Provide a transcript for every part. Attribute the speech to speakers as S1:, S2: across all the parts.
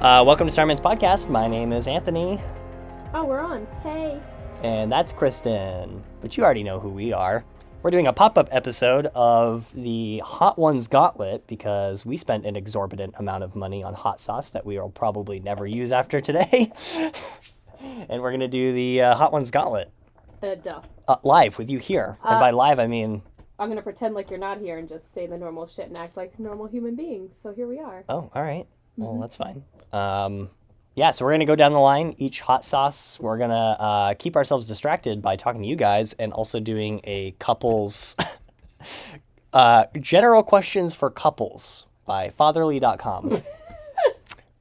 S1: Uh, welcome to Starman's podcast. My name is Anthony,
S2: Oh, we're on. Hey.
S1: and that's Kristen. But you already know who we are. We're doing a pop up episode of the Hot Ones Gauntlet because we spent an exorbitant amount of money on hot sauce that we will probably never use after today. and we're going to do the uh, Hot Ones Gauntlet
S2: Uh, duh.
S1: uh, live with you here. and by live, I mean,
S2: I'm gonna pretend like you're not here and just say the normal shit and act like normal human beings. So here we are.
S1: oh, all right. Well, that's fine. Um, yeah, so we're going to go down the line, each hot sauce. We're going to uh, keep ourselves distracted by talking to you guys and also doing a couples uh, general questions for couples by fatherly.com.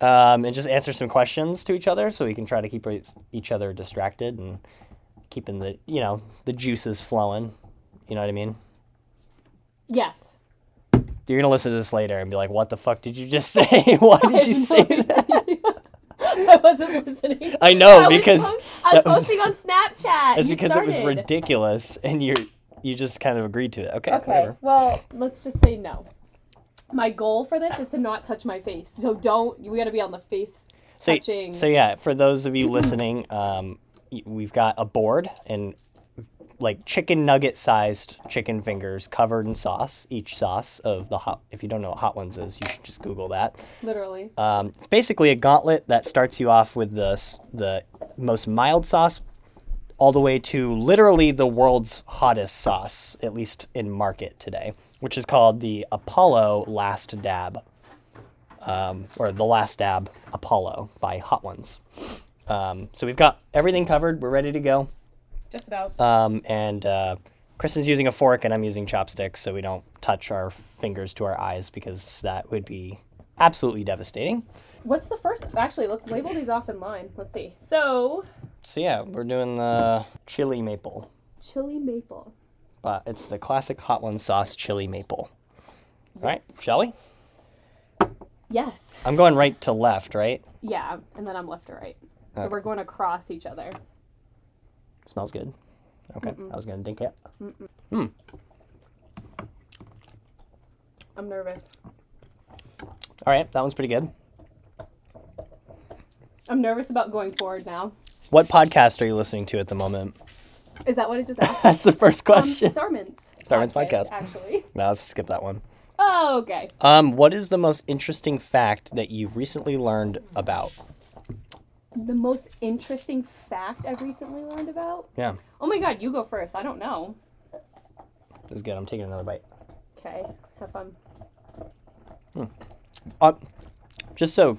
S1: um, and just answer some questions to each other so we can try to keep us- each other distracted and keeping the, you know, the juices flowing. You know what I mean?
S2: Yes.
S1: You're going to listen to this later and be like, what the fuck did you just say? Why did you say that?
S2: I wasn't listening.
S1: I know
S2: I was
S1: because
S2: po- I was
S1: that was-
S2: posting on Snapchat.
S1: it's
S2: You
S1: because it was
S2: started.
S1: ridiculous, and you you just kind of agreed to it. Okay,
S2: Okay.
S1: whatever.
S2: Well, let's just say no. My goal for this is to not touch my face. So don't. We gotta be on the face
S1: So,
S2: touching.
S1: so yeah, for those of you listening, um, y- we've got a board and like chicken nugget sized chicken fingers covered in sauce. Each sauce of the hot. If you don't know what hot ones is, you should just Google that.
S2: literally.
S1: Um, it's basically a gauntlet that starts you off with the s- the most mild sauce, all the way to literally the world's hottest sauce, at least in market today, which is called the Apollo Last Dab, um, or the Last Dab Apollo by Hot Ones. Um, so we've got everything covered. We're ready to go.
S2: Just about.
S1: Um, and uh, Kristen's using a fork, and I'm using chopsticks, so we don't touch our fingers to our eyes because that would be absolutely devastating.
S2: What's the first? Actually, let's label these off in line. Let's see. So,
S1: So yeah, we're doing the chili maple,
S2: chili maple.
S1: but it's the classic hot one sauce chili maple. All right,
S2: Yes.
S1: shall we?
S2: Yes.
S1: I'm going right to left, right?
S2: Yeah. And then I'm left to right. So
S1: Okay.
S2: we're going across each other.
S1: Smells good. Okay, I was gonna dink it. Hmm.
S2: I'm nervous.
S1: All right, that one's pretty good.
S2: I'm nervous about going forward now.
S1: What podcast are you listening to at the moment?
S2: Is that what it just asked?
S1: That's the first
S2: um,
S1: question.
S2: Starman's.
S1: Oh, Starman's podcast.
S2: Actually.
S1: no, let's skip that one.
S2: Oh, okay.
S1: Um, what is the most interesting fact that you've recently learned about?
S2: The most interesting fact I've recently learned about.
S1: Yeah,
S2: Oh my god, you go first. I don't know.
S1: this is good. I'm taking another bite.
S2: Okay. Have fun.
S1: Uh, just so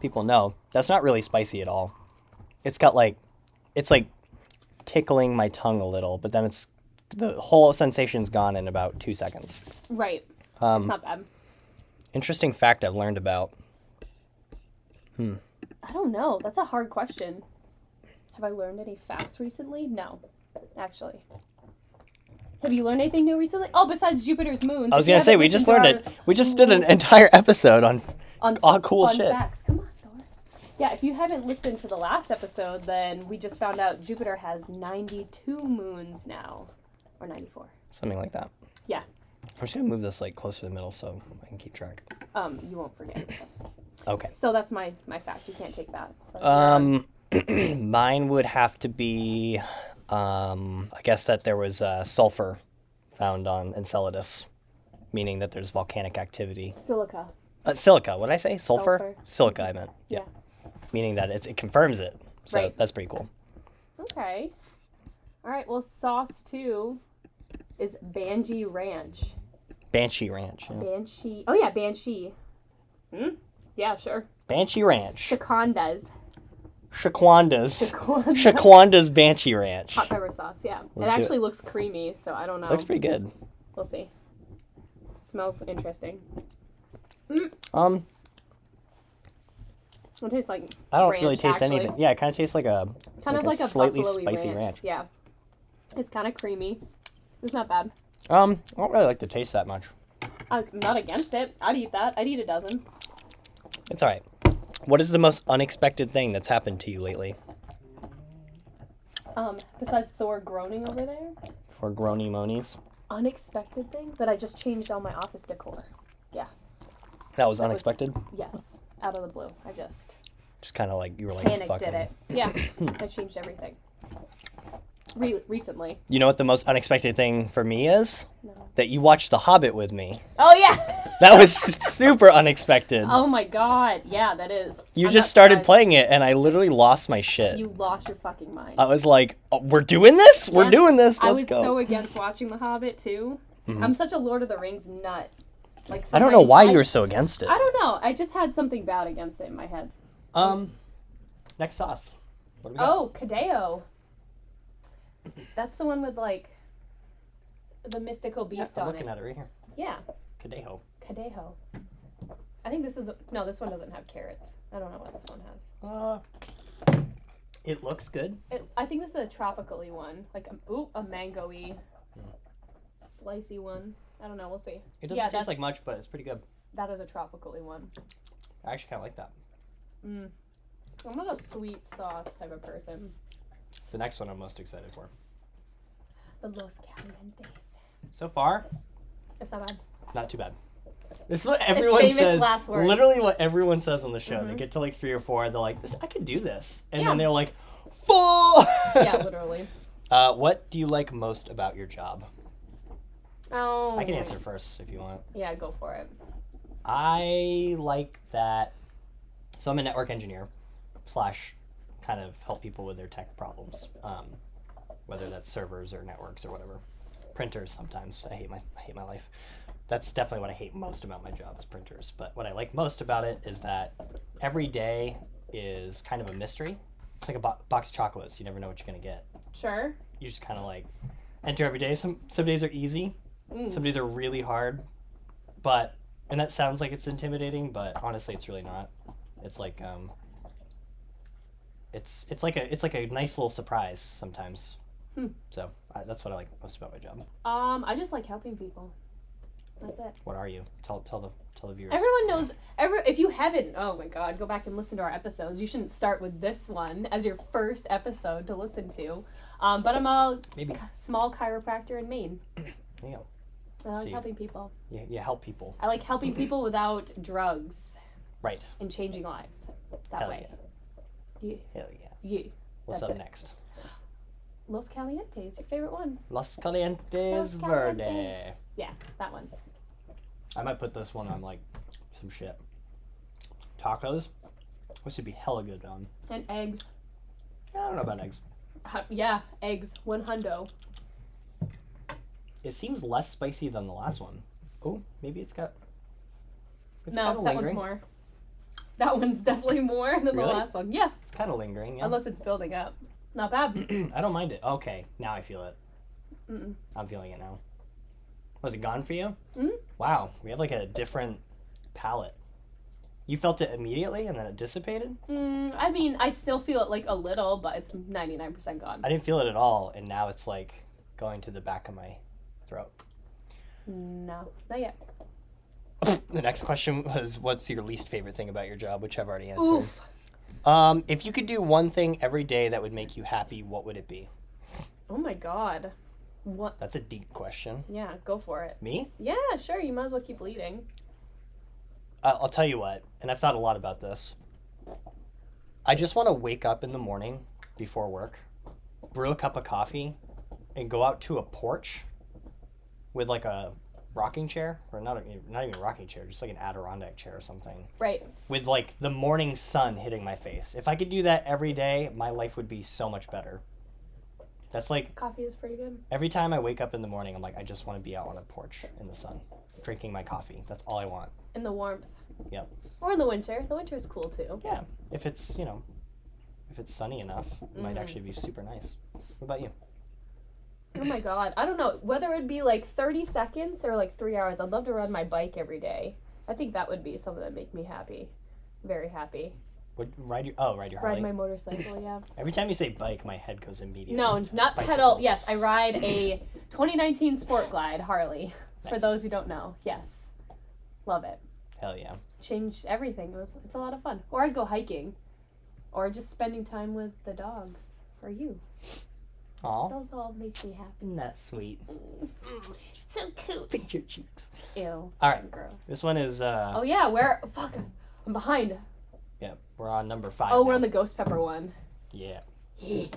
S1: people know, that's not really spicy at all. It's got like, it's like tickling my tongue a little, but then it's the whole sensation's gone in about two seconds.
S2: Right.
S1: Um,
S2: it's not bad.
S1: Interesting fact I've learned about.
S2: I don't know. That's a hard question. Have I learned any facts recently? No. Actually. Have you learned anything new recently? Oh, besides Jupiter's moons.
S1: I was gonna say we just learned it. We just did an entire episode on.
S2: on
S1: All cool
S2: fun
S1: shit.
S2: facts. Come on, Thor. Yeah, if you haven't listened to the last episode, then we just found out Jupiter has 92 moons now, or 94.
S1: Something like that.
S2: Yeah,
S1: I'm just gonna move this like closer to the middle so I can keep track.
S2: um, you won't forget. trust me.
S1: Okay.
S2: So that's my my fact. You can't take that. So
S1: Um, mine would have to be, um, I guess that there was uh, sulfur found on Enceladus, meaning that there's volcanic activity.
S2: silica.
S1: Uh, silica, what did I say? Sulfur?
S2: Sulfur.
S1: Silica, I meant.
S2: Yeah.
S1: Meaning that it's, it confirms it. So
S2: Right.
S1: that's pretty cool.
S2: Okay. All right. Well, sauce two is Banshee Ranch.
S1: Banshee Ranch. yeah.
S2: Banshee. Oh yeah, Banshee. Hmm. Yeah, sure.
S1: Banshee Ranch.
S2: Chicondas.
S1: Shaquanda's.
S2: Chicondas.
S1: Shaquanda's Banshee Ranch.
S2: Hot pepper sauce. Yeah.
S1: Let's
S2: it
S1: do it.
S2: actually looks creamy, so I don't know.
S1: Looks pretty good.
S2: We'll see. Smells interesting.
S1: Um,
S2: It tastes like
S1: I don't
S2: ranch,
S1: really taste
S2: actually.
S1: anything. Yeah, it kind of tastes like a
S2: Kind of like a
S1: slightly
S2: buffalo-y
S1: spicy
S2: ranch.
S1: ranch.
S2: Yeah, it's kind of creamy. It's not bad.
S1: Um, I don't really like the taste that much.
S2: I'm not against it. I'd eat that. I'd eat a dozen.
S1: It's all right. What is the most unexpected thing that's happened to you lately?
S2: Um, besides Thor groaning over there,
S1: For groany monies.
S2: unexpected thing that I just changed all my office decor.
S1: That was
S2: was-
S1: unexpected.
S2: Yes, out of the blue. I just
S1: Just kind of like you were like,
S2: panicked
S1: fucking.
S2: at it. Yeah, I changed everything. Re- recently.
S1: You know what the most unexpected thing for me is?
S2: No.
S1: That you watched The Hobbit with me.
S2: Oh yeah.
S1: That was super unexpected.
S2: Oh my god. Yeah, that is.
S1: you
S2: I'm
S1: just
S2: not
S1: started
S2: surprised.
S1: playing it, and I literally lost my shit.
S2: You lost your fucking mind.
S1: I was like, oh, "We're doing this. We're
S2: Yeah.
S1: doing this. Let's
S2: I was
S1: go." Mm-hmm.
S2: so against watching The Hobbit too. I'm such a Lord of the Rings nut. Like
S1: I don't
S2: from
S1: know
S2: my-
S1: why
S2: I-
S1: you were so against it.
S2: I don't know. I just had something bad against it in my head.
S1: Um, next sauce. What do we got?
S2: Oh, Kadeo. That's the one with like the mystical
S1: Yeah,
S2: beast
S1: I'm
S2: on it.
S1: looking at it right here.
S2: Yeah,
S1: Cadejo.
S2: Kadeho. I think this is no. This one doesn't have carrots. I don't know what this one has.
S1: Uh, it looks good.
S2: It, I think this is a tropical-y one, like a, ooh, a mango-y,
S1: Hmm.
S2: slicey one. I don't know. We'll see.
S1: It doesn't
S2: Yeah,
S1: taste
S2: that's-
S1: like much, but it's pretty good.
S2: That is a tropical-y one.
S1: I actually kind of like that.
S2: I'm not a sweet sauce type of person.
S1: The next one I'm most excited for.
S2: The Los Calientes.
S1: So far,
S2: It's not bad.
S1: not too bad. This is what everyone
S2: famous
S1: says.
S2: last words. Mm-hmm.
S1: Literally, what everyone says on the show. They get to like three or four. They're like, "This, I could do this," and
S2: Yeah.
S1: then they're like, "Full."
S2: Yeah, literally.
S1: Uh, what do you like most about your job?
S2: Oh.
S1: I can answer first if you want.
S2: Yeah, go for it.
S1: I like that. So I'm a network engineer, slash, kind of help people with their tech problems, um, whether that's servers or networks or whatever. Printers sometimes. I hate my I hate my life. That's definitely what I hate most about my job is printers. But what I like most about it is that every day is kind of a mystery. It's like a bo- box of chocolates. You never know what you're gonna get.
S2: Sure.
S1: You just kind of like enter every day. Some some days are easy.
S2: Mm.
S1: Some days are really hard, but and that sounds like it's intimidating, but honestly, it's really not. It's like um, it's it's like a it's like a nice little surprise sometimes.
S2: Hmm.
S1: So I, that's what I like most about my job.
S2: Um, I just like helping people. That's it.
S1: What are you? Tell tell the tell the viewers.
S2: Everyone knows. Every if you haven't, oh my god, go back and listen to our episodes. You shouldn't start with this one as your first episode to listen to. Um, but I'm a
S1: Maybe
S2: small chiropractor in Maine.
S1: you know,
S2: I like
S1: See.
S2: helping people.
S1: you, you help people,
S2: I like helping people without drugs
S1: right?
S2: and changing lives that
S1: Hell
S2: way. You,
S1: Hell yeah.
S2: you.
S1: What's
S2: That's
S1: up
S2: it.
S1: next?
S2: Los Calientes, your favorite one.
S1: Los Calientes
S2: Los
S1: Verde.
S2: Calientes. Yeah, that one.
S1: I might put this one on like some shit. Tacos. This would be hella good on.
S2: And eggs.
S1: I don't know about eggs.
S2: Uh, yeah, eggs. One hundo.
S1: It seems less spicy than the last one. Oh, maybe it's got. It's
S2: no,
S1: kinda
S2: that one's
S1: lingering.
S2: more. That one's definitely more than
S1: Really?
S2: the last one. Yeah,
S1: It's kind of lingering. Yeah.
S2: unless it's building up. Not bad.
S1: I don't mind it. Okay, now I feel it.
S2: Mm-mm.
S1: I'm feeling it now. Was it gone for you?
S2: Mm.
S1: Wow, we have like a different palette. You felt it immediately, and then it dissipated.
S2: Mm, I mean, I still feel it like a little, but it's 99% gone.
S1: I didn't feel it at all, and now it's like going to the back of my throat.
S2: No, not yet.
S1: the next question was, "What's your least favorite thing about your job?" Which I've already answered.
S2: Oof.
S1: Um, if you could do one thing every day that would make you happy, what would it be?
S2: Oh my god. What?
S1: That's a deep question.
S2: Yeah, go for it.
S1: Me?
S2: Yeah, sure, you might as well keep leading.
S1: I- Uh, I'll tell you what, and I've thought a lot about this. I just want to wake up in the morning before work, brew a cup of coffee, and go out to a porch with like a rocking chair, or not, a, not even a rocking chair, just like an Adirondack chair or something,
S2: Right.
S1: with like the morning sun hitting my face. If I could do that every day, my life would be so much better. That's like
S2: Coffee is pretty good.
S1: Every time I wake up in the morning, I'm like, I just want to be out on a porch in the sun, drinking my coffee. That's all I want.
S2: In the warmth.
S1: Yep.
S2: Or in the winter. The winter is cool too.
S1: Yeah. If it's, you know, if it's sunny enough, it might
S2: Mhm.
S1: actually be super nice. What about you?
S2: Oh my god. I don't know whether it'd be like 30 seconds or like three hours. I'd love to ride my bike every day. I think that would be something that make me happy. Very happy.
S1: Would ride your oh, ride your Harley.
S2: Ride my motorcycle, yeah.
S1: Every time you say bike, my head goes immediately.
S2: No,
S1: to
S2: not
S1: bicycle.
S2: pedal. Yes, I ride a 2019 Sport Glide Harley. For
S1: Nice.
S2: those who don't know, yes, love it.
S1: Hell yeah.
S2: Changed everything. It was it's a lot of fun. Or I'd go hiking, or just spending time with the dogs or you.
S1: Aw.
S2: Those all make me happy.
S1: Isn't that sweet? Mm.
S2: So cute.
S1: Pick your cheeks.
S2: Ew.
S1: All right.
S2: Gross.
S1: This one is uh
S2: Oh yeah, where? Fuck, I'm behind.
S1: We're on number five.
S2: Oh, we're
S1: now.
S2: on the ghost pepper one.
S1: Yeah. So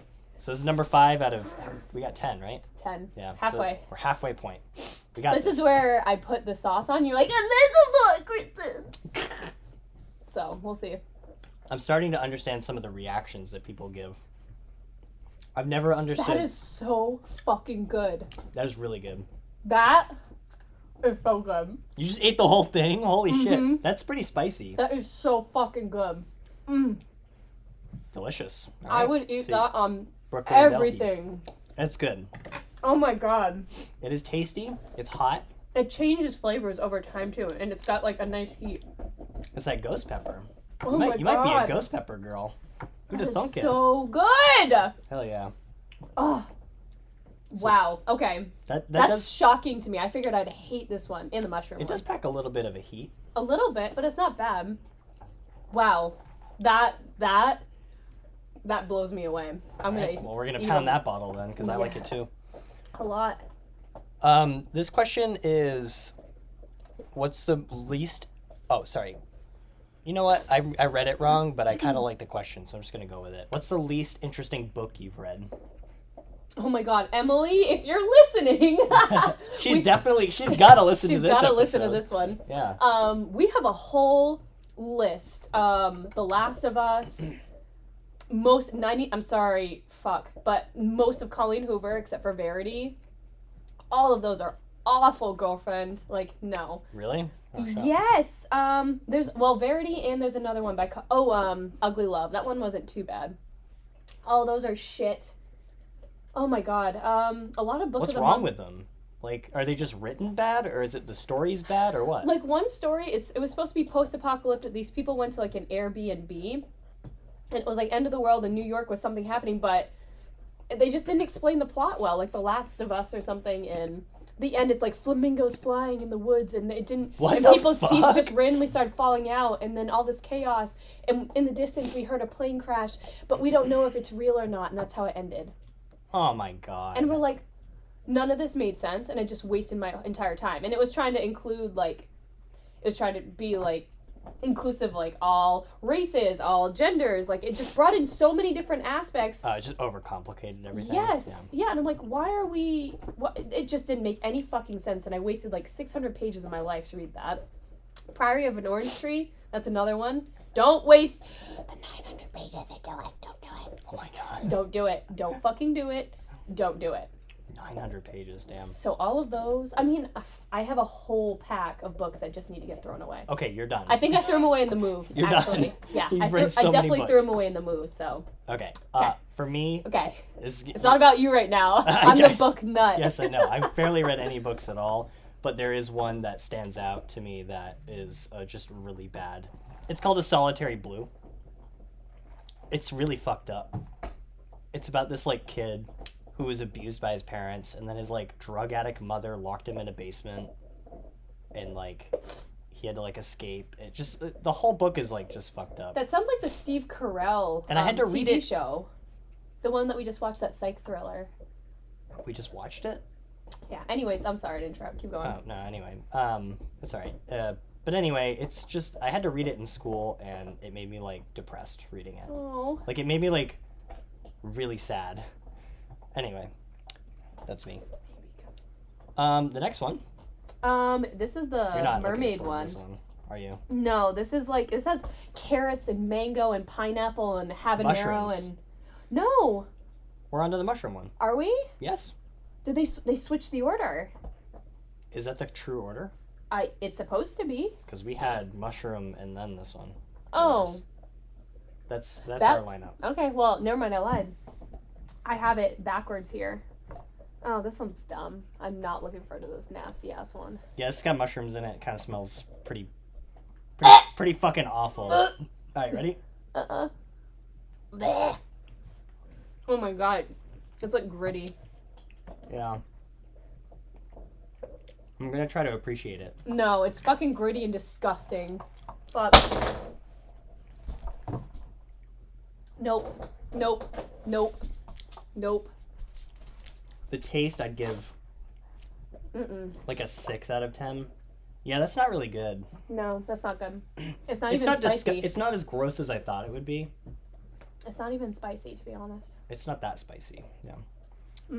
S1: this is number five out of we got ten, right?
S2: Ten.
S1: Yeah. so
S2: Halfway.
S1: we're halfway point. We got
S2: this is where I put the sauce on. You're like, and there's a lot, Kristen. So we'll see.
S1: I'm starting to understand some of the reactions that people give. I've never understood.
S2: That is so fucking good.
S1: that is really good.
S2: That is so good.
S1: You just ate the whole thing. Holy shit,
S2: Mhm.
S1: that's pretty spicy.
S2: That is so fucking good. Mm.
S1: Delicious. All
S2: I
S1: right,
S2: would eat
S1: see,
S2: that on
S1: Brooklyn Delhi.
S2: everything.
S1: That's good.
S2: Oh my god.
S1: It is tasty. It's hot.
S2: It changes flavors over time too, and it's got like a nice heat.
S1: It's that ghost pepper.
S2: Oh
S1: you might,
S2: my
S1: you
S2: god.
S1: might be a ghost pepper girl. Who'd have
S2: That is
S1: thunk it?
S2: so good.
S1: Hell yeah.
S2: Oh. Wow. Okay.
S1: That that
S2: That's
S1: does
S2: shocking to me. I figured I'd hate this one and the mushroom
S1: it
S2: one.
S1: does pack a little bit of a heat.
S2: A little bit, but it's not bad. Wow. That that that blows me away. I'm gonna
S1: Well, we're gonna
S2: eat
S1: pound
S2: them.
S1: that bottle then, because I like
S2: Yeah.
S1: it too.
S2: a lot.
S1: Um, this question is, what's the least? Oh, sorry. You know what? I, I read it wrong, but I kind of like the question, so I'm just gonna go with it. What's the least interesting book you've read?
S2: Oh my god, Emily, if you're listening,
S1: She's
S2: we-
S1: definitely she's gotta listen
S2: she's
S1: to this.
S2: gotta listen to
S1: episode.
S2: this one.
S1: Yeah.
S2: Um, we have a whole list. Um, The Last of Us, most ninety. I'm sorry, fuck, but most of Colleen Hoover except for Verity. All of those are awful, girlfriend. Like no.
S1: Really? Oh, shit.
S2: Yes. Um. There's well Verity and there's another one by Co- oh um Ugly Love. That one wasn't too bad. All those are shit. Oh my god. Um. A lot of books.
S1: What's
S2: of the
S1: wrong with
S2: Month-
S1: them? Like, are they just written bad, or is it the stories bad, or what?
S2: like one story it's it was supposed to be post-apocalyptic these people went to like an airbnb and it was like end of the world in new york was something happening but they just didn't explain the plot well like the last of us or something and the end it's like flamingos flying in the woods and it didn't
S1: What
S2: and
S1: the
S2: people's teeth
S1: fuck?
S2: just randomly started falling out and then all this chaos and in the distance we heard a plane crash but we don't know if it's real or not and that's how it ended
S1: oh my god.
S2: and we're like none of this made sense and it just wasted my entire time and it was trying to include like it was trying to be like inclusive like all races all genders like it just brought in so many different aspects
S1: uh, just overcomplicated everything.
S2: yes yeah. and i'm like why are we what it just didn't make any fucking sense and i wasted like 600 pages of my life to read that priory of an orange tree that's another one don't waste the 900 pages and do it don't do it
S1: Yeah. Oh my god.
S2: don't do it don't fucking do it don't do it
S1: Nine hundred pages. Damn.
S2: So all of those, I mean, I have a whole pack of books that just need to get thrown away.
S1: Okay, you're done.
S2: I think I threw them away in the move.
S1: You're done.
S2: actually, yeah,
S1: You've
S2: I,
S1: read
S2: threw,
S1: so
S2: I
S1: many
S2: definitely threw
S1: books.
S2: them away in the move. So
S1: Okay. Uh,
S2: Okay.
S1: for me,
S2: okay,
S1: this is,
S2: it's not about you right now. I'm
S1: Okay.
S2: the book nut.
S1: yes, I know. I've barely read any books at all, but there is one that stands out to me that is uh, just really bad. It's called A Solitary Blue. It's really fucked up. It's about this like kid who was abused by his parents, and then his like drug addict mother locked him in a basement, and like he had to like escape. It just the whole book is like just fucked up.
S2: That sounds like the Steve Carell
S1: And I had
S2: um,
S1: to read
S2: TV
S1: it-
S2: show, the one that we just watched, that psych thriller.
S1: We just watched it.
S2: Yeah. Anyways, I'm sorry to interrupt. Keep going.
S1: Oh no. Anyway, um, it's all right. Uh, but anyway, it's just I had to read it in school, and it made me like depressed reading it.
S2: Oh,
S1: Like it made me like really sad. Anyway, that's me. Um, the next one.
S2: um, this is
S1: You're
S2: the
S1: not looking
S2: mermaid
S1: for
S2: one.
S1: This one, are you?
S2: No, this is like this has carrots and mango and pineapple and habanero
S1: Mushrooms.
S2: and no,
S1: We're onto the mushroom one.
S2: are we?
S1: Yes.
S2: Did they s- they switch the order?
S1: Is that the true order?
S2: I it's supposed to be.
S1: Because we had mushroom and then this one.
S2: Oh,
S1: That's that's
S2: That-
S1: our lineup.
S2: okay. Well, never mind. I lied. I have it backwards here. Oh, this one's dumb. I'm not looking forward to this nasty ass one.
S1: Yeah, it's got mushrooms in it. It kind of smells pretty, pretty, pretty fucking awful. All right, ready?
S2: Uh. uh Oh my god, it's like gritty.
S1: Yeah. I'm gonna try to appreciate it.
S2: No, it's fucking gritty and disgusting. Fuck. Nope. Nope. Nope. Nope.
S1: The taste I'd give
S2: Mm-mm.
S1: like a six out of ten. Yeah, that's not really good.
S2: No, that's not good. It's not
S1: it's
S2: even
S1: not disgu-
S2: spicy.
S1: it's not as gross as I thought it would be.
S2: It's not even spicy, to be honest.
S1: It's not that spicy. Yeah.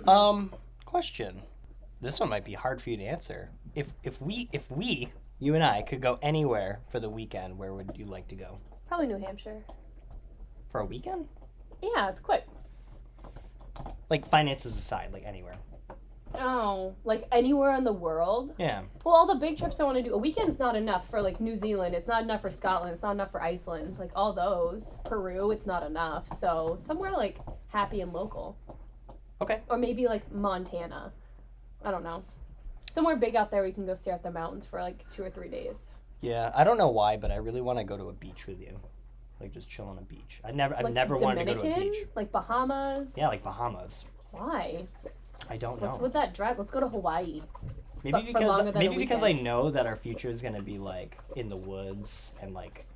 S1: Um, question. This one might be hard for you to answer. If if we if we you and I could go anywhere for the weekend, where would you like to go?
S2: Probably New Hampshire.
S1: For a weekend?
S2: Yeah, it's quick.
S1: Like finances aside, like anywhere.
S2: Oh, like anywhere in the world.
S1: Yeah.
S2: Well, all the big trips I want to do. A weekend's not enough for like New Zealand. It's not enough for Scotland. It's not enough for Iceland. Like all those. Peru, it's not enough. So somewhere like happy and local.
S1: Okay.
S2: Or maybe like Montana. I don't know. Somewhere big out there we can go stare at the mountains for like two or three days.
S1: Yeah. I don't know why, but I really want to go to a beach with you. Like just chill on a beach. I never I've
S2: like
S1: never
S2: Dominican,
S1: wanted to go to a beach.
S2: like Bahamas.
S1: Yeah, like Bahamas.
S2: Why?
S1: I don't
S2: What's
S1: know.
S2: with that drive? Let's go to Hawaii.
S1: Maybe
S2: But for longer
S1: because
S2: than a
S1: maybe because I
S2: weekend.
S1: know that our future is gonna be like in the woods and like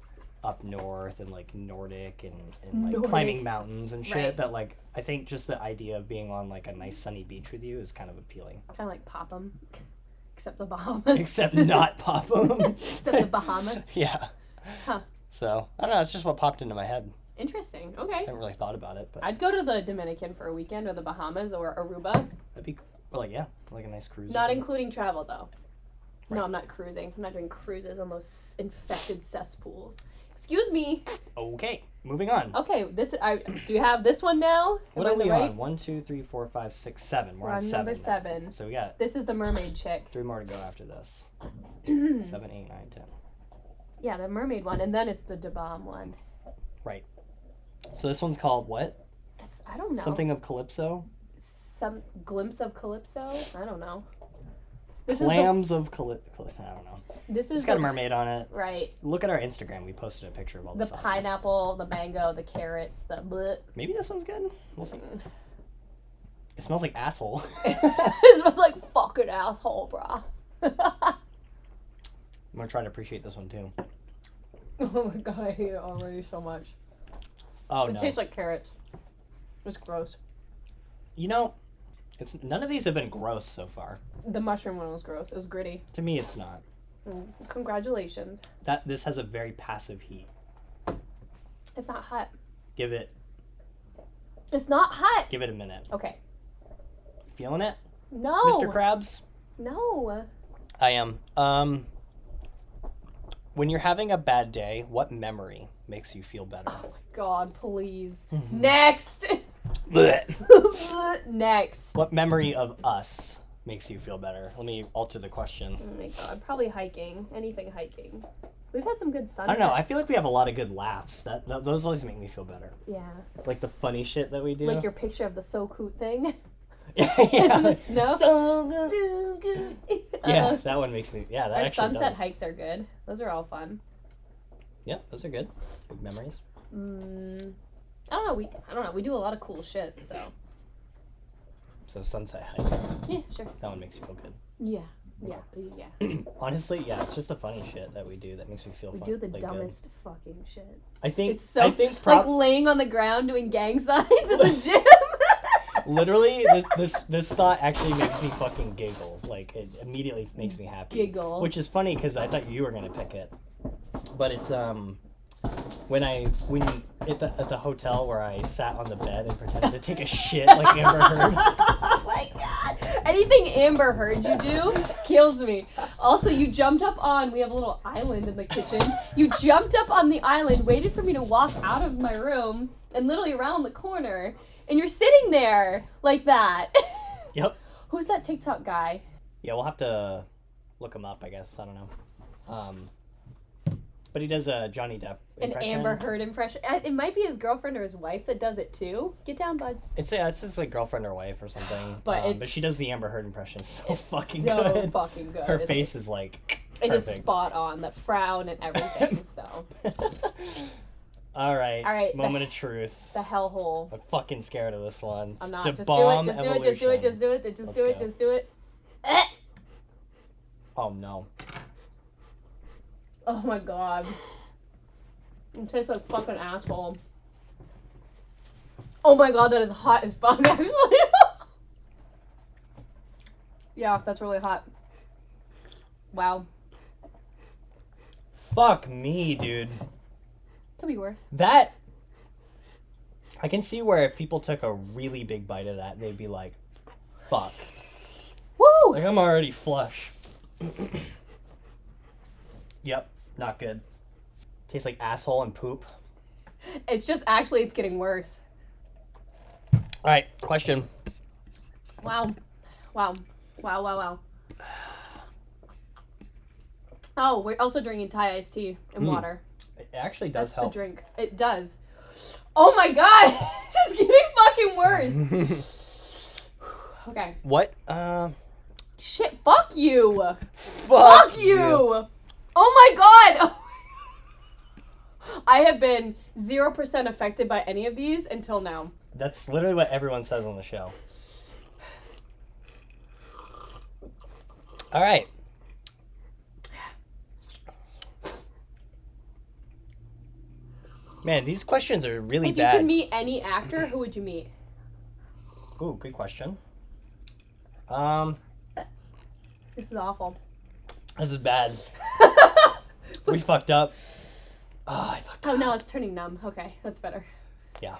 S1: up north and like Nordic and, and like
S2: Nordic.
S1: climbing mountains and shit.
S2: Right.
S1: That like I think just the idea of being on like a nice sunny beach with you is kind of appealing.
S2: Kind of like Popham, except the Bahamas.
S1: Except not Popham.
S2: Except the Bahamas.
S1: yeah.
S2: Huh.
S1: So I don't know. It's just what popped into my head.
S2: Interesting.
S1: I
S2: Okay.
S1: haven't really thought about it, but
S2: I'd go to the Dominican for a weekend or the Bahamas or Aruba,
S1: that'd be well, yeah, like a nice cruise. or
S2: not
S1: something.
S2: including travel though. No, I'm not cruising. I'm not doing cruises on those infected cesspools. Excuse me.
S1: okay, moving on.
S2: Okay, this I do you have this one now? Am
S1: What
S2: I
S1: are
S2: in the
S1: we
S2: right?
S1: on? One, two, three, four, five, six, seven. We're,
S2: We're
S1: on,
S2: on
S1: seven.
S2: number
S1: now.
S2: seven.
S1: So we got
S2: This is the mermaid chick.
S1: Three more to go after this.
S2: Mm.
S1: Seven, eight, nine, ten.
S2: Yeah, the mermaid one, and then it's the Dabam one.
S1: So this one's called what?
S2: It's I don't know.
S1: Something of Calypso?
S2: some glimpse of Calypso. I don't know. This
S1: Clams of Calypso. I don't know.
S2: is the, this is
S1: It's got a
S2: the-
S1: mermaid on it.
S2: right.
S1: Look at our Instagram. We posted a picture of all the,
S2: The
S1: sauces.
S2: pineapple, the mango, the carrots, the bleh.
S1: Maybe this one's good. We'll see.
S2: Mm.
S1: It smells like asshole.
S2: it smells like fucking asshole, brah.
S1: I'm gonna try to appreciate this one too.
S2: oh my god, I hate it already so much.
S1: Oh
S2: it
S1: no.
S2: tastes like carrots. It's gross.
S1: you know, it's none of these have been gross so far.
S2: The mushroom one was gross. It was gritty.
S1: To me, it's not.
S2: Congratulations.
S1: That this has a very passive heat.
S2: It's not hot.
S1: Give it,
S2: It's not hot.
S1: give it a minute.
S2: Okay.
S1: Feeling it,
S2: No.
S1: Mr. Krabs?
S2: No.
S1: I am. Um, when you're having a bad day, what memory makes you feel better?
S2: Oh God, please. Next.
S1: Blech.
S2: Next.
S1: what memory of us makes you feel better? Let me alter the question.
S2: Oh my god, probably hiking. Anything hiking. We've had some good
S1: I
S2: sunsets.
S1: don't know. I feel like we have a lot of good laughs. That th- those always make me feel better.
S2: yeah.
S1: Like the funny shit that we do.
S2: Like your picture of the so coot thing
S1: yeah.
S2: in the snow.
S1: So good. yeah,
S2: Uh,
S1: that one makes me. Yeah, that
S2: our
S1: actually
S2: sunset
S1: does.
S2: hikes are good. Those are all fun.
S1: Yeah, those are good. Good memories.
S2: Mm, I don't know. We I don't know. We do a lot of cool shit. So
S1: So sunset hike.
S2: yeah, sure.
S1: That one makes you feel good.
S2: Yeah, yeah, yeah.
S1: Honestly, yeah, it's just the funny shit that we do that makes me feel.
S2: We
S1: fun-
S2: do the
S1: like, good.
S2: dumbest fucking shit.
S1: I think
S2: It's so
S1: I think prob-
S2: like laying on the ground doing gang signs in the gym.
S1: Literally, this this this thought actually makes me fucking giggle. Like it immediately makes me happy.
S2: Giggle.
S1: Which is funny because I thought you were gonna pick it, but it's um when I when at the at the hotel where I sat on the bed and pretended to take a shit like Amber Heard.
S2: oh my god! Anything Amber Heard you do kills me. Also, you jumped up on. We have a little island in the kitchen. You jumped up on the island, waited for me to walk out of my room, and literally around the corner, and you're sitting there like that.
S1: Yep.
S2: Who's that TikTok guy?
S1: Yeah, we'll have to look him up. I guess I don't know. Um, but he does a Johnny Depp
S2: An
S1: impression.
S2: Amber Heard impression. Uh, It might be his girlfriend or his wife that does it too. Get down, buds.
S1: It's yeah, it's his like girlfriend or wife or something.
S2: But
S1: um,
S2: it's-
S1: but she does the Amber Heard impression so
S2: It's
S1: fucking
S2: so
S1: good.
S2: fucking good.
S1: Her
S2: It's-
S1: face is like.
S2: It is
S1: perfect.
S2: spot on. The frown and everything. so
S1: All right.
S2: All right, the-
S1: Moment of truth.
S2: the hellhole.
S1: I'm fucking scared of this one.
S2: I'm
S1: It's
S2: not.
S1: Da
S2: Just do it.
S1: Bomb
S2: Just do it. Just do it.
S1: Evolution.
S2: Just do it. Just
S1: Let's
S2: do it.
S1: go.
S2: Just do it. Eh.
S1: Oh no.
S2: Oh my god. It tastes like fucking asshole. Oh my god, that is hot as fuck actually. yeah, that's really hot. Wow.
S1: Fuck me, dude.
S2: Could be worse.
S1: That. I can see where if people took a really big bite of that, they'd be like, fuck.
S2: Woo!
S1: Like, I'm already flush. yep, not good. Tastes like asshole and poop.
S2: It's just actually it's getting worse.
S1: All right, question.
S2: Wow. Wow. Wow, wow, wow. Oh, we're also drinking Thai iced tea
S1: Mm.
S2: and water.
S1: It actually does
S2: That's the
S1: help.
S2: drink. It does. Oh my god! it's just getting fucking worse. okay.
S1: what? Uh,
S2: Shit, fuck you!
S1: fuck,
S2: Fuck you! Oh my god! I have been 0% affected by any of these until now.
S1: That's literally what everyone says on the show. All right. Man, these questions are really
S2: If you
S1: bad.
S2: could meet any actor, who would you meet?
S1: Ooh, good question. Um,
S2: This is awful.
S1: this is bad. we fucked up. Oh, I fucked
S2: Oh, now it's turning numb. Okay, that's better.
S1: Yeah.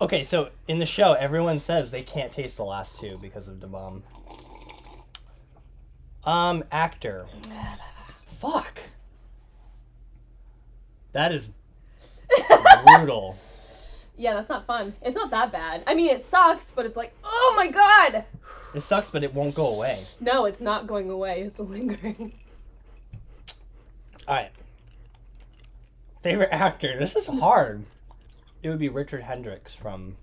S1: Okay, so in the show, everyone says they can't taste the last two because of the bomb. Um, actor. Fuck. That is brutal.
S2: Yeah, that's not fun. It's not that bad. I mean, it sucks, but it's like, oh my god!
S1: It sucks, but it won't go away.
S2: No, it's not going away. It's lingering.
S1: All right. Favorite actor. This is hard. It would be Richard Hendricks from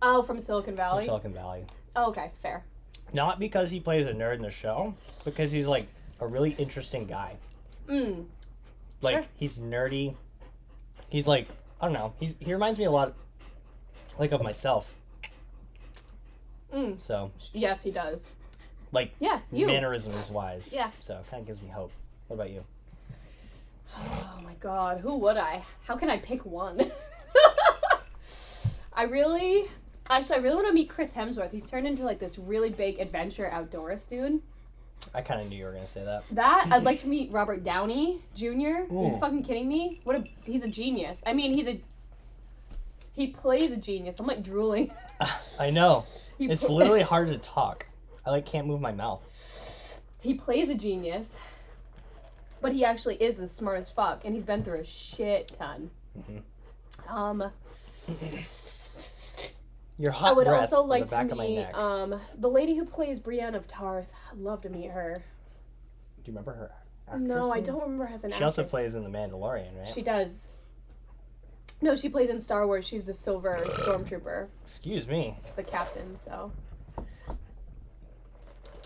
S2: Oh, from Silicon Valley?
S1: Silicon Valley.
S2: Oh, okay, fair.
S1: Not because he plays a nerd in the show, because he's like a really interesting guy.
S2: Mm.
S1: Like
S2: Sure.
S1: he's nerdy. He's like I don't know. He's he reminds me a lot, like of myself.
S2: Mm.
S1: So
S2: Yes, he does.
S1: like
S2: Yeah, you.
S1: mannerisms wise.
S2: Yeah.
S1: So kind of gives me hope. What about you?
S2: Oh my god, who would I? How can I pick one? I really, actually, I really want to meet Chris Hemsworth. He's turned into like this really big adventure outdoors dude.
S1: I kind of knew you were gonna say that.
S2: That I'd like to meet Robert Downey Jr. Are you
S1: Ooh.
S2: fucking kidding me? What a he's a genius. I mean, he's a he plays a genius. I'm like drooling.
S1: I know.
S2: He
S1: It's
S2: pl-
S1: literally hard to talk. I like can't move my mouth.
S2: he plays a genius, but he actually is the smartest fuck, and he's been through a shit ton.
S1: Mm-hmm.
S2: Um.
S1: Your
S2: I
S1: hot
S2: would
S1: breath
S2: also
S1: on
S2: like
S1: the back
S2: to
S1: of my
S2: meet
S1: neck.
S2: um, the lady who plays Brienne of Tarth. I'd love to meet her.
S1: Do you remember her? Actress
S2: No, I
S1: name?
S2: don't remember her as an
S1: She also
S2: actress.
S1: plays in The Mandalorian, right?
S2: She does. No, she plays in Star Wars. She's the silver stormtrooper,
S1: Excuse me.
S2: the captain. So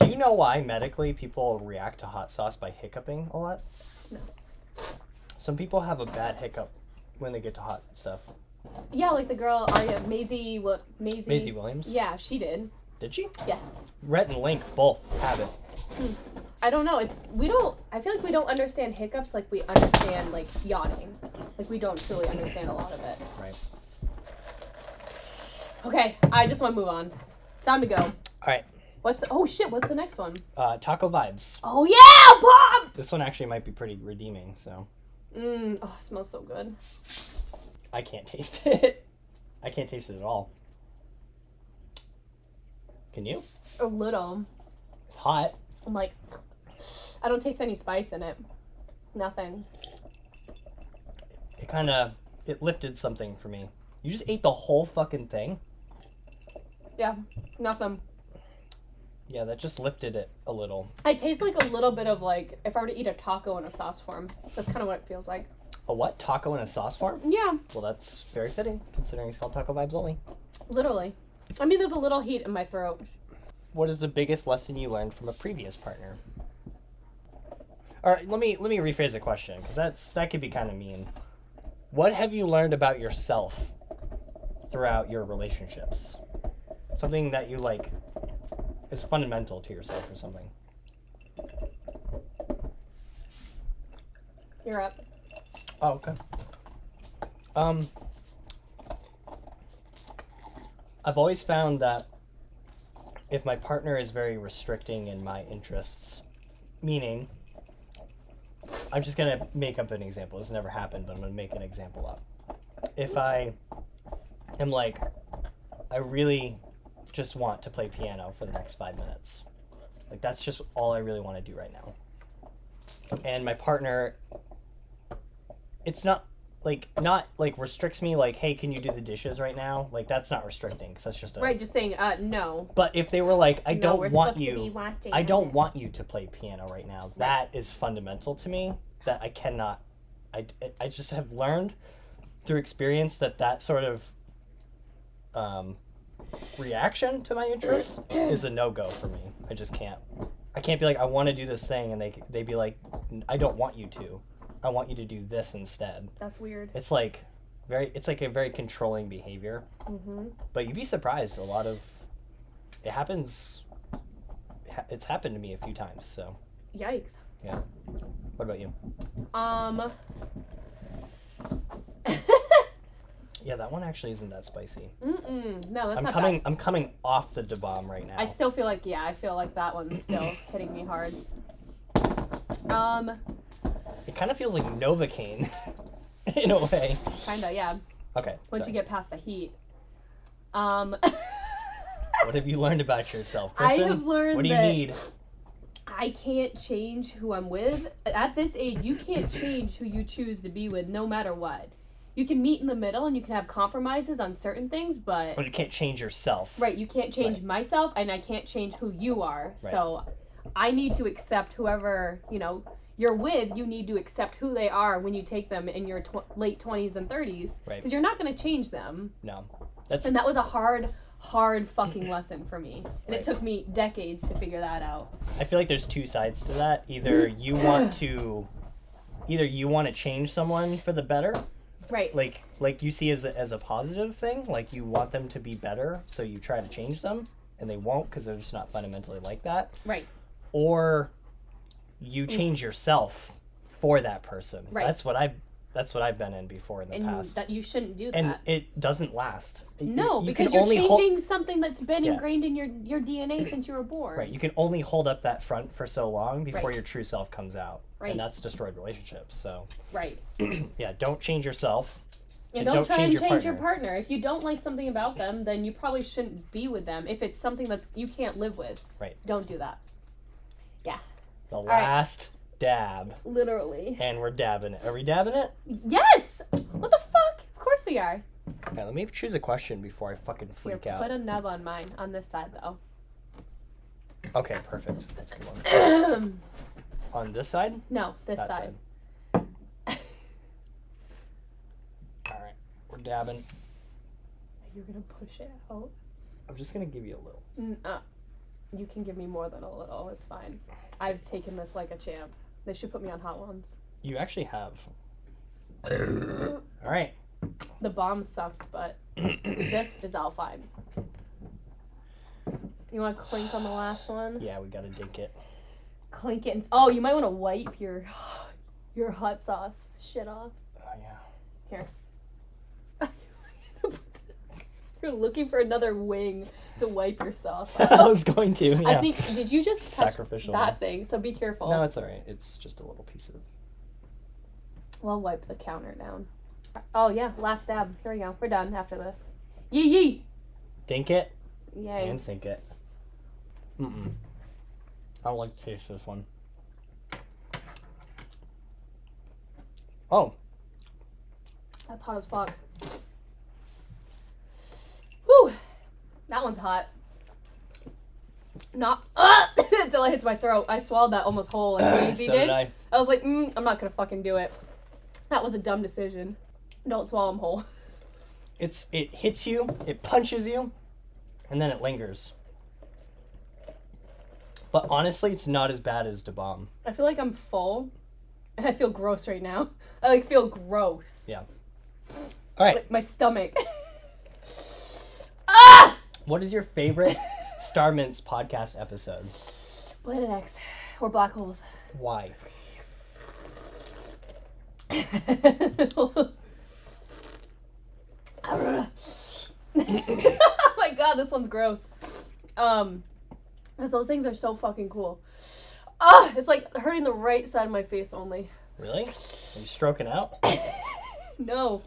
S1: Do you know why medically people react to hot sauce by hiccuping a lot?
S2: No.
S1: Some people have a bad hiccup when they get to hot stuff.
S2: yeah, like the girl Arya Maisie. What Maisie?
S1: Maisie Williams?
S2: Yeah, she did.
S1: Did she?
S2: Yes.
S1: Rhett and Link both have it.
S2: I don't know. It's we don't. I feel like we don't understand hiccups like we understand like yawning. Like we don't truly understand a lot of it.
S1: Right.
S2: Okay, I just want to move on. Time to go.
S1: All right.
S2: What's the, oh shit? What's the next one?
S1: Uh, taco vibes.
S2: Oh yeah, Bob.
S1: This one actually might be pretty redeeming, so
S2: Mmm, oh, it smells so good.
S1: I can't taste it. I can't taste it at all. Can you?
S2: A little.
S1: It's hot.
S2: I'm like, I don't taste any spice in it. Nothing.
S1: It kind of it lifted something for me. You just ate the whole fucking thing.
S2: Yeah, nothing.
S1: Yeah, that just lifted it a little.
S2: I taste like a little bit of like, if I were to eat a taco in a sauce form, that's kind of what it feels like.
S1: A what? Taco in a sauce form?
S2: Yeah,
S1: Well, that's very fitting considering it's called Taco Vibes Only.
S2: literally. I mean, there's a little heat in my throat.
S1: What is the biggest lesson you learned from a previous partner? All right, let me let me rephrase the question because that's that could be kind of mean. What have you learned about yourself throughout your relationships? Something that you like is fundamental to yourself or something.
S2: You're up.
S1: Oh, okay. Um, I've always found that if my partner is very restricting in my interests, meaning I'm just gonna make up an example. This never happened, but I'm gonna make an example up. If I am like, I really just want to play piano for the next five minutes. Like that's just all I really want to do right now. And my partner, it's not like not like restricts me like, hey, can you do the dishes right now? Like that's not restricting because that's just a.
S2: Right, just saying, uh, no.
S1: But if they were like, I
S2: No, we're
S1: don't want
S2: supposed to be
S1: you,
S2: watching
S1: I don't
S2: it.
S1: want you to play piano right now. That is fundamental to me. That I cannot. I, I just have learned through experience that that sort of um, reaction to my interests is a no go for me. I just can't. I can't be like I want to do this thing, and they they be like, I don't want you to. I want you to do this instead.
S2: That's weird.
S1: It's like very. It's like a very controlling behavior
S2: Mm-hmm.
S1: but you'd be surprised a lot of it happens ha- it's happened to me a few times so
S2: Yikes.
S1: what about you
S2: Um.
S1: yeah that one actually isn't that spicy
S2: Mm-mm. No, that's
S1: i'm
S2: not
S1: coming
S2: bad.
S1: i'm coming off the debomb right now
S2: I still feel like yeah, I feel like that one's still hitting me hard. Um,
S1: it kind of feels like novocaine in a way
S2: kinda yeah.
S1: okay
S2: Once
S1: sorry.
S2: you get past the heat. Um.
S1: what have you learned about yourself
S2: I
S1: kristen
S2: have learned
S1: what do you
S2: that-
S1: need
S2: I can't change who I'm with. At this age, you can't change who you choose to be with, no matter what. You can meet in the middle and you can have compromises on certain things, but
S1: but you can't change yourself
S2: right, you can't change myself and I can't change who you are. So I need to accept whoever, you know, you're with, you need to accept who they are when you take them in your tw- late 20s and 30s
S1: Right.
S2: cuz you're not going to change them.
S1: no that's
S2: And that was a hard hard fucking lesson for me. And
S1: Right.
S2: it took me decades to figure that out.
S1: I feel like there's two sides to that. Either you want to, either you want to change someone for the better,
S2: Right.
S1: like like you see as a, as a positive thing. Like you want them to be better, so you try to change them, and they won't because they're just not fundamentally like that.
S2: right.
S1: Or you change yourself for that person.
S2: Mm. Right.
S1: That's what I've that's what I've been in before in the
S2: And
S1: past,
S2: that you shouldn't do
S1: and
S2: that.
S1: it doesn't last. It-
S2: No,
S1: you
S2: because
S1: can
S2: you're
S1: only
S2: changing
S1: hol-
S2: something that's been
S1: Yeah.
S2: ingrained in your your DNA since you were born.
S1: Right, you can only hold up that front for so long before
S2: Right.
S1: your true self comes out,
S2: Right.
S1: and that's destroyed relationships. So.
S2: Right.
S1: Yeah, don't change yourself.
S2: And
S1: And
S2: don't,
S1: don't
S2: try
S1: change
S2: and
S1: your
S2: change your partner. If you don't like something about them, then you probably shouldn't be with them. If it's something that's you can't live with,
S1: Right.
S2: Don't do that.
S1: The
S2: right.
S1: last dab.
S2: Literally.
S1: And we're dabbing it. Are we dabbing it?
S2: Yes. What the fuck? Of course we are.
S1: Okay, let me choose a question before I fucking
S2: Here,
S1: freak
S2: put
S1: out.
S2: a nub on mine on this side though.
S1: Okay, perfect. That's a good one. On this side?
S2: no, this
S1: That
S2: side.
S1: side. Alright, we're dabbing.
S2: You're gonna push it out.
S1: I'm just gonna give you a little.
S2: N- uh, you can give me more than a little. It's fine. I've taken this like a champ. They should put me on hot ones.
S1: You actually have. Alright.
S2: The bomb sucked, but this is all fine. You want to clink on the last one?
S1: Yeah, we gotta dink it.
S2: Clink it. And, s- oh, you might want to wipe your your hot sauce shit off.
S1: Oh, yeah.
S2: You're looking for another wing to wipe your sauce.
S1: I
S2: Off.
S1: was going to. Yeah.
S2: Oh. I think. Did you just touch
S1: Sacrificial.
S2: that thing? So be careful.
S1: No, it's alright. It's just a little piece of.
S2: We'll wipe the counter down. Oh yeah, last dab. Here we go. We're done after this. Yee yee.
S1: Dink it
S2: Yay.
S1: and sink it. Mm mm. I don't like the taste of this one. Oh,
S2: That's hot as fuck. Whew. That one's hot. Not until it hits my throat. I swallowed that almost whole like Maisie
S1: so
S2: did.
S1: did I.
S2: I was like, mm, I'm not gonna fucking do it. That was a dumb decision. Don't swallow them whole.
S1: It's it hits you, it punches you, and then it lingers. But honestly, it's not as bad as the bomb.
S2: I feel like I'm full, and I feel gross right now. I like feel gross.
S1: Yeah. All right.
S2: Like my stomach. ah!
S1: What is your favorite Star Mints podcast episode?
S2: Planet X or black holes.
S1: Why?
S2: oh my god, this one's gross. Um, because those things are so fucking cool. Ugh, it's like hurting the right side of my face only.
S1: Really? Are you stroking out?
S2: No.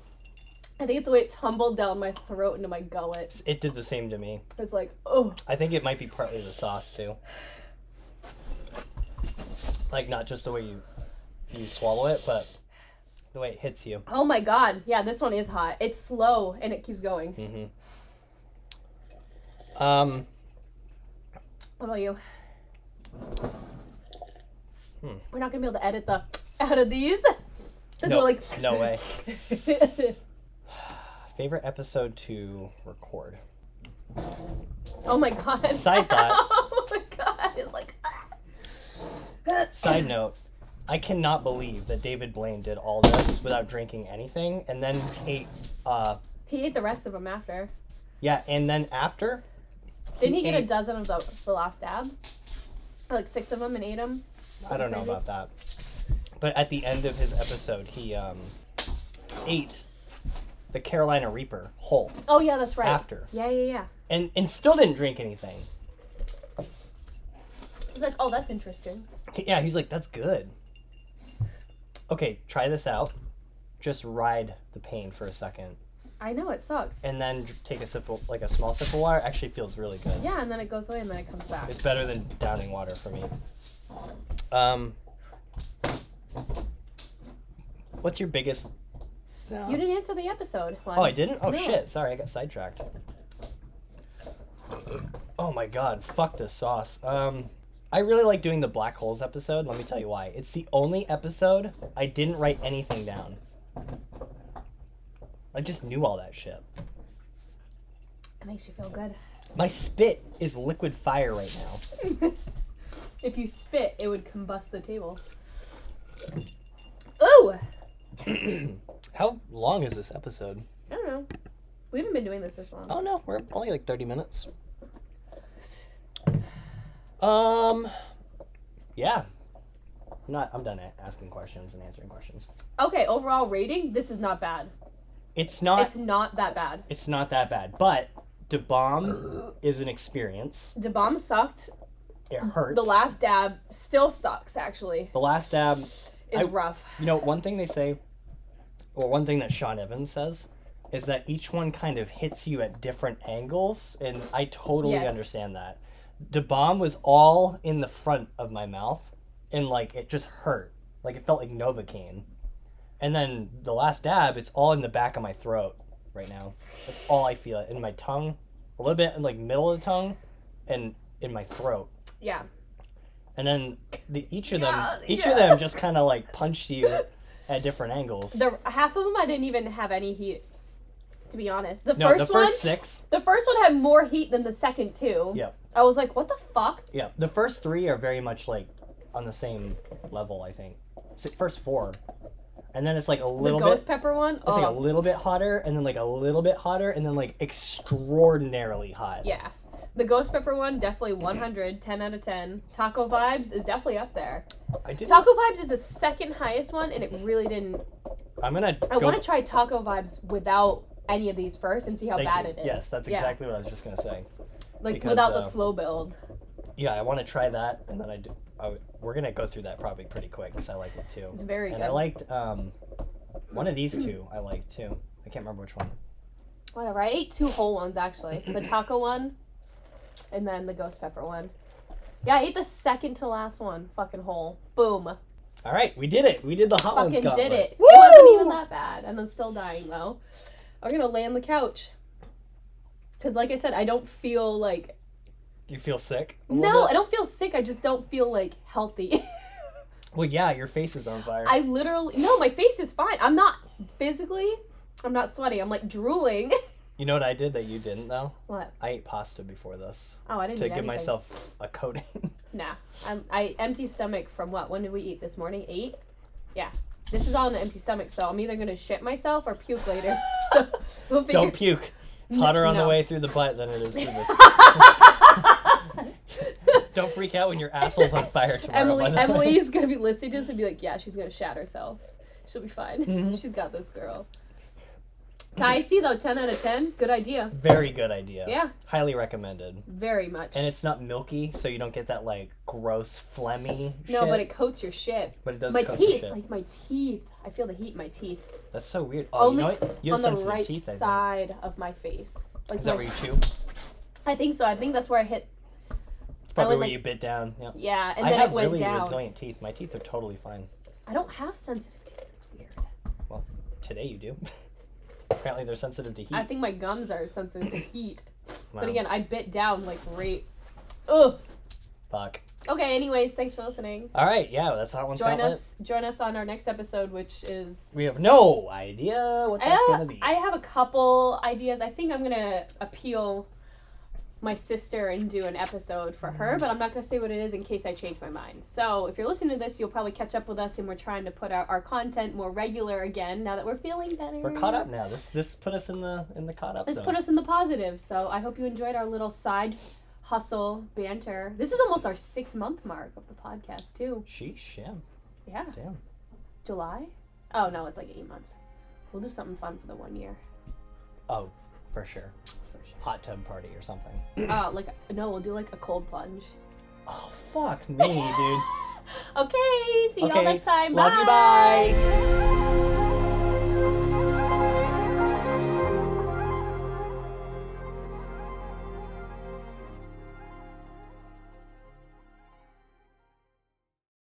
S2: I think it's the way it tumbled down my throat into my gullet.
S1: It did the same to me.
S2: It's like, oh,
S1: I think it might be partly the sauce too. Like not just the way you you swallow it, but the way it hits you.
S2: oh my god. Yeah, this one is hot. It's slow and it keeps going.
S1: Mm-hmm. Um,
S2: What about you? We're not gonna be able to edit the out of these. 'Cause
S1: Hmm. no,
S2: we're like,
S1: no way. Favorite episode to record?
S2: oh my god.
S1: Side thought.
S2: oh my god. It's like, ah.
S1: Side note, I cannot believe that David Blaine did all this without drinking anything, and then ate. Uh,
S2: he ate the rest of them after.
S1: yeah, and then after,
S2: Didn't he get a
S1: ate-
S2: dozen of the, the last dab? Or like six of them and ate them?
S1: I don't know
S2: crazy.
S1: about that. But at the end of his episode, he um, ate the Carolina Reaper whole,
S2: Oh yeah, that's right.
S1: After.
S2: Yeah, yeah, yeah.
S1: and and still didn't drink anything.
S2: It's like, oh, that's interesting.
S1: Yeah, he's like, that's good. Okay, try this out. Just ride the pain for a second,
S2: I know it sucks.
S1: and then dr- take a sip, of, like a small sip of water. Actually, feels really good.
S2: yeah, and then it goes away and then it comes back.
S1: It's better than downing water for me. Um, what's your biggest?
S2: You didn't answer the episode. One.
S1: Oh, I didn't. Oh
S2: No.
S1: shit! Sorry, I got sidetracked. Oh my god! Fuck this sauce. Um, I really like doing the black holes episode. Let me tell you why. It's the only episode I didn't write anything down. I just knew all that shit.
S2: It makes you feel good.
S1: My spit is liquid fire right now.
S2: If you spit, it would combust the table. Ooh!
S1: How long is this episode?
S2: I don't know. We haven't been doing this this long.
S1: Oh no, we're only like 30 minutes. Um yeah. I'm not I'm done a- asking questions and answering questions.
S2: Okay, overall rating, this is not bad.
S1: It's not
S2: It's
S1: it's,
S2: not that bad.
S1: not that bad, but the bomb is an experience.
S2: The bomb sucked.
S1: It hurts.
S2: The last dab still sucks, actually.
S1: the last dab, I-
S2: It's rough.
S1: you know, one thing they say or one thing that Sean Evans says is that each one kind of hits you at different angles and I totally
S2: Yes.
S1: understand that. The bomb was all in the front of my mouth and like it just hurt. Like it felt like Novocaine. And then the last dab, it's all in the back of my throat right now. That's all I feel it in my tongue, a little bit in like middle of the tongue and in my throat
S2: Yeah.
S1: and then the, each of them
S2: Yeah,
S1: each
S2: yeah.
S1: of them just kind of like punched you at different angles
S2: The half of them I didn't even have any heat. To be honest, the
S1: no
S2: first
S1: the first
S2: one,
S1: six
S2: the first one had more heat than the second two.
S1: yeah
S2: I was like, what the fuck?
S1: yeah the first three are very much like on the same level i think S- first four and then it's like a little
S2: the
S1: bit
S2: ghost pepper one.
S1: it's
S2: Oh,
S1: like a little bit hotter and then like a little bit hotter and then like extraordinarily hot
S2: yeah. The ghost pepper one definitely 100, 10 out of 10. Taco vibes is definitely up there.
S1: i did
S2: Taco vibes is the second highest one, and it really didn't.
S1: i'm gonna
S2: I want to try taco vibes without any of these first and see how
S1: thank
S2: bad
S1: you.
S2: it is.
S1: yes that's
S2: Yeah,
S1: exactly what i was just gonna say
S2: like
S1: because,
S2: without the
S1: uh,
S2: slow build.
S1: yeah i want to try that and then i do I w- we're gonna go through that probably pretty quick because i like it too
S2: It's very
S1: and
S2: good.
S1: I liked um, one of these two. I liked too. I can't remember which one.
S2: Whatever. I ate two whole ones actually. The taco one, and then the ghost pepper one. Yeah, I ate the second to last one. Fucking whole. Boom.
S1: All right, we did it. We did the hot ones.
S2: Fucking did
S1: gauntlet.
S2: it.
S1: Woo!
S2: It wasn't even that bad, and I'm still dying though. I'm gonna lay on the couch. Cause like I said, I don't feel like
S1: You feel sick? a little
S2: no,
S1: bit?
S2: I don't feel sick. I just don't feel like healthy.
S1: Well, yeah, your face is on fire.
S2: I literally no, my face is fine. I'm not physically. I'm not sweaty. I'm like drooling.
S1: You know what I did that you didn't though?
S2: What?
S1: I ate pasta before this
S2: Oh, I didn't.
S1: to
S2: eat
S1: give
S2: anything.
S1: myself a coating.
S2: Nah, I'm, I empty stomach from what? When did we eat this morning? Eight. Yeah. This is all an empty stomach, so I'm either gonna shit myself or puke later. So we'll figure.
S1: don't puke. It's hotter on the
S2: no.
S1: way through the butt than it is through the. don't freak out when your asshole's on fire tomorrow.
S2: Emily,
S1: by the way.
S2: Emily's gonna be listening
S1: Mm-hmm.
S2: to this and be like, "Yeah, she's gonna shat herself. She'll be fine. She's got this girl." I see though, ten out of ten. Good idea.
S1: Very good idea.
S2: Yeah.
S1: Highly recommended.
S2: Very much.
S1: And it's not milky, so you don't get that like gross phlegmy.
S2: no,
S1: shit,
S2: but it coats your shit.
S1: but it does.
S2: my
S1: coat your
S2: teeth,
S1: shit.
S2: like my teeth. I feel the heat in my teeth
S1: That's so weird. Oh, you
S2: only
S1: know what? You have
S2: on the
S1: sensitive
S2: right
S1: teeth. I think.
S2: side of my face. Like
S1: Is that
S2: my-
S1: where you chew? It's
S2: I think so. I think that's where I hit.
S1: probably
S2: would,
S1: where
S2: like-
S1: you bit down. Yeah.
S2: Yeah, and
S1: I
S2: then
S1: have
S2: it went
S1: really
S2: down.
S1: resilient teeth. My teeth are totally fine.
S2: I don't have sensitive teeth. It's weird.
S1: Today you do. Apparently they're sensitive to heat.
S2: I think my gums are sensitive to heat.
S1: Wow.
S2: But again, I bit down like right. Ugh.
S1: Fuck.
S2: Okay. Anyways, thanks for listening.
S1: All right. Yeah, that's how one's
S2: Join
S1: got lit.
S2: us. Join us on our next episode, which is.
S1: We have no idea what that's
S2: Uh,
S1: gonna be.
S2: I have a couple ideas. I think I'm gonna appeal my sister and do an episode for
S1: Mm-hmm.
S2: her, but I'm not gonna say what it is in case I change my mind. So if you're listening to this, you'll probably catch up with us, and we're trying to put out our content more regular again now that we're feeling better.
S1: We're caught up now. This this put us in the in the caught up
S2: This
S1: zone.
S2: put us in the positive. So I hope you enjoyed our little side hustle banter. This is almost our six month mark of the podcast too.
S1: Sheesh. Yeah.
S2: Yeah,
S1: Damn.
S2: July. Oh no, it's like eight months. We'll do something fun for the one year.
S1: Oh, for sure.
S2: For sure.
S1: Hot tub party or something.
S2: Uh, like no, we'll do like a cold plunge.
S1: Oh fuck me, dude.
S2: Okay, see y'all
S1: Okay,
S2: next time.
S1: love you, bye.
S2: bye.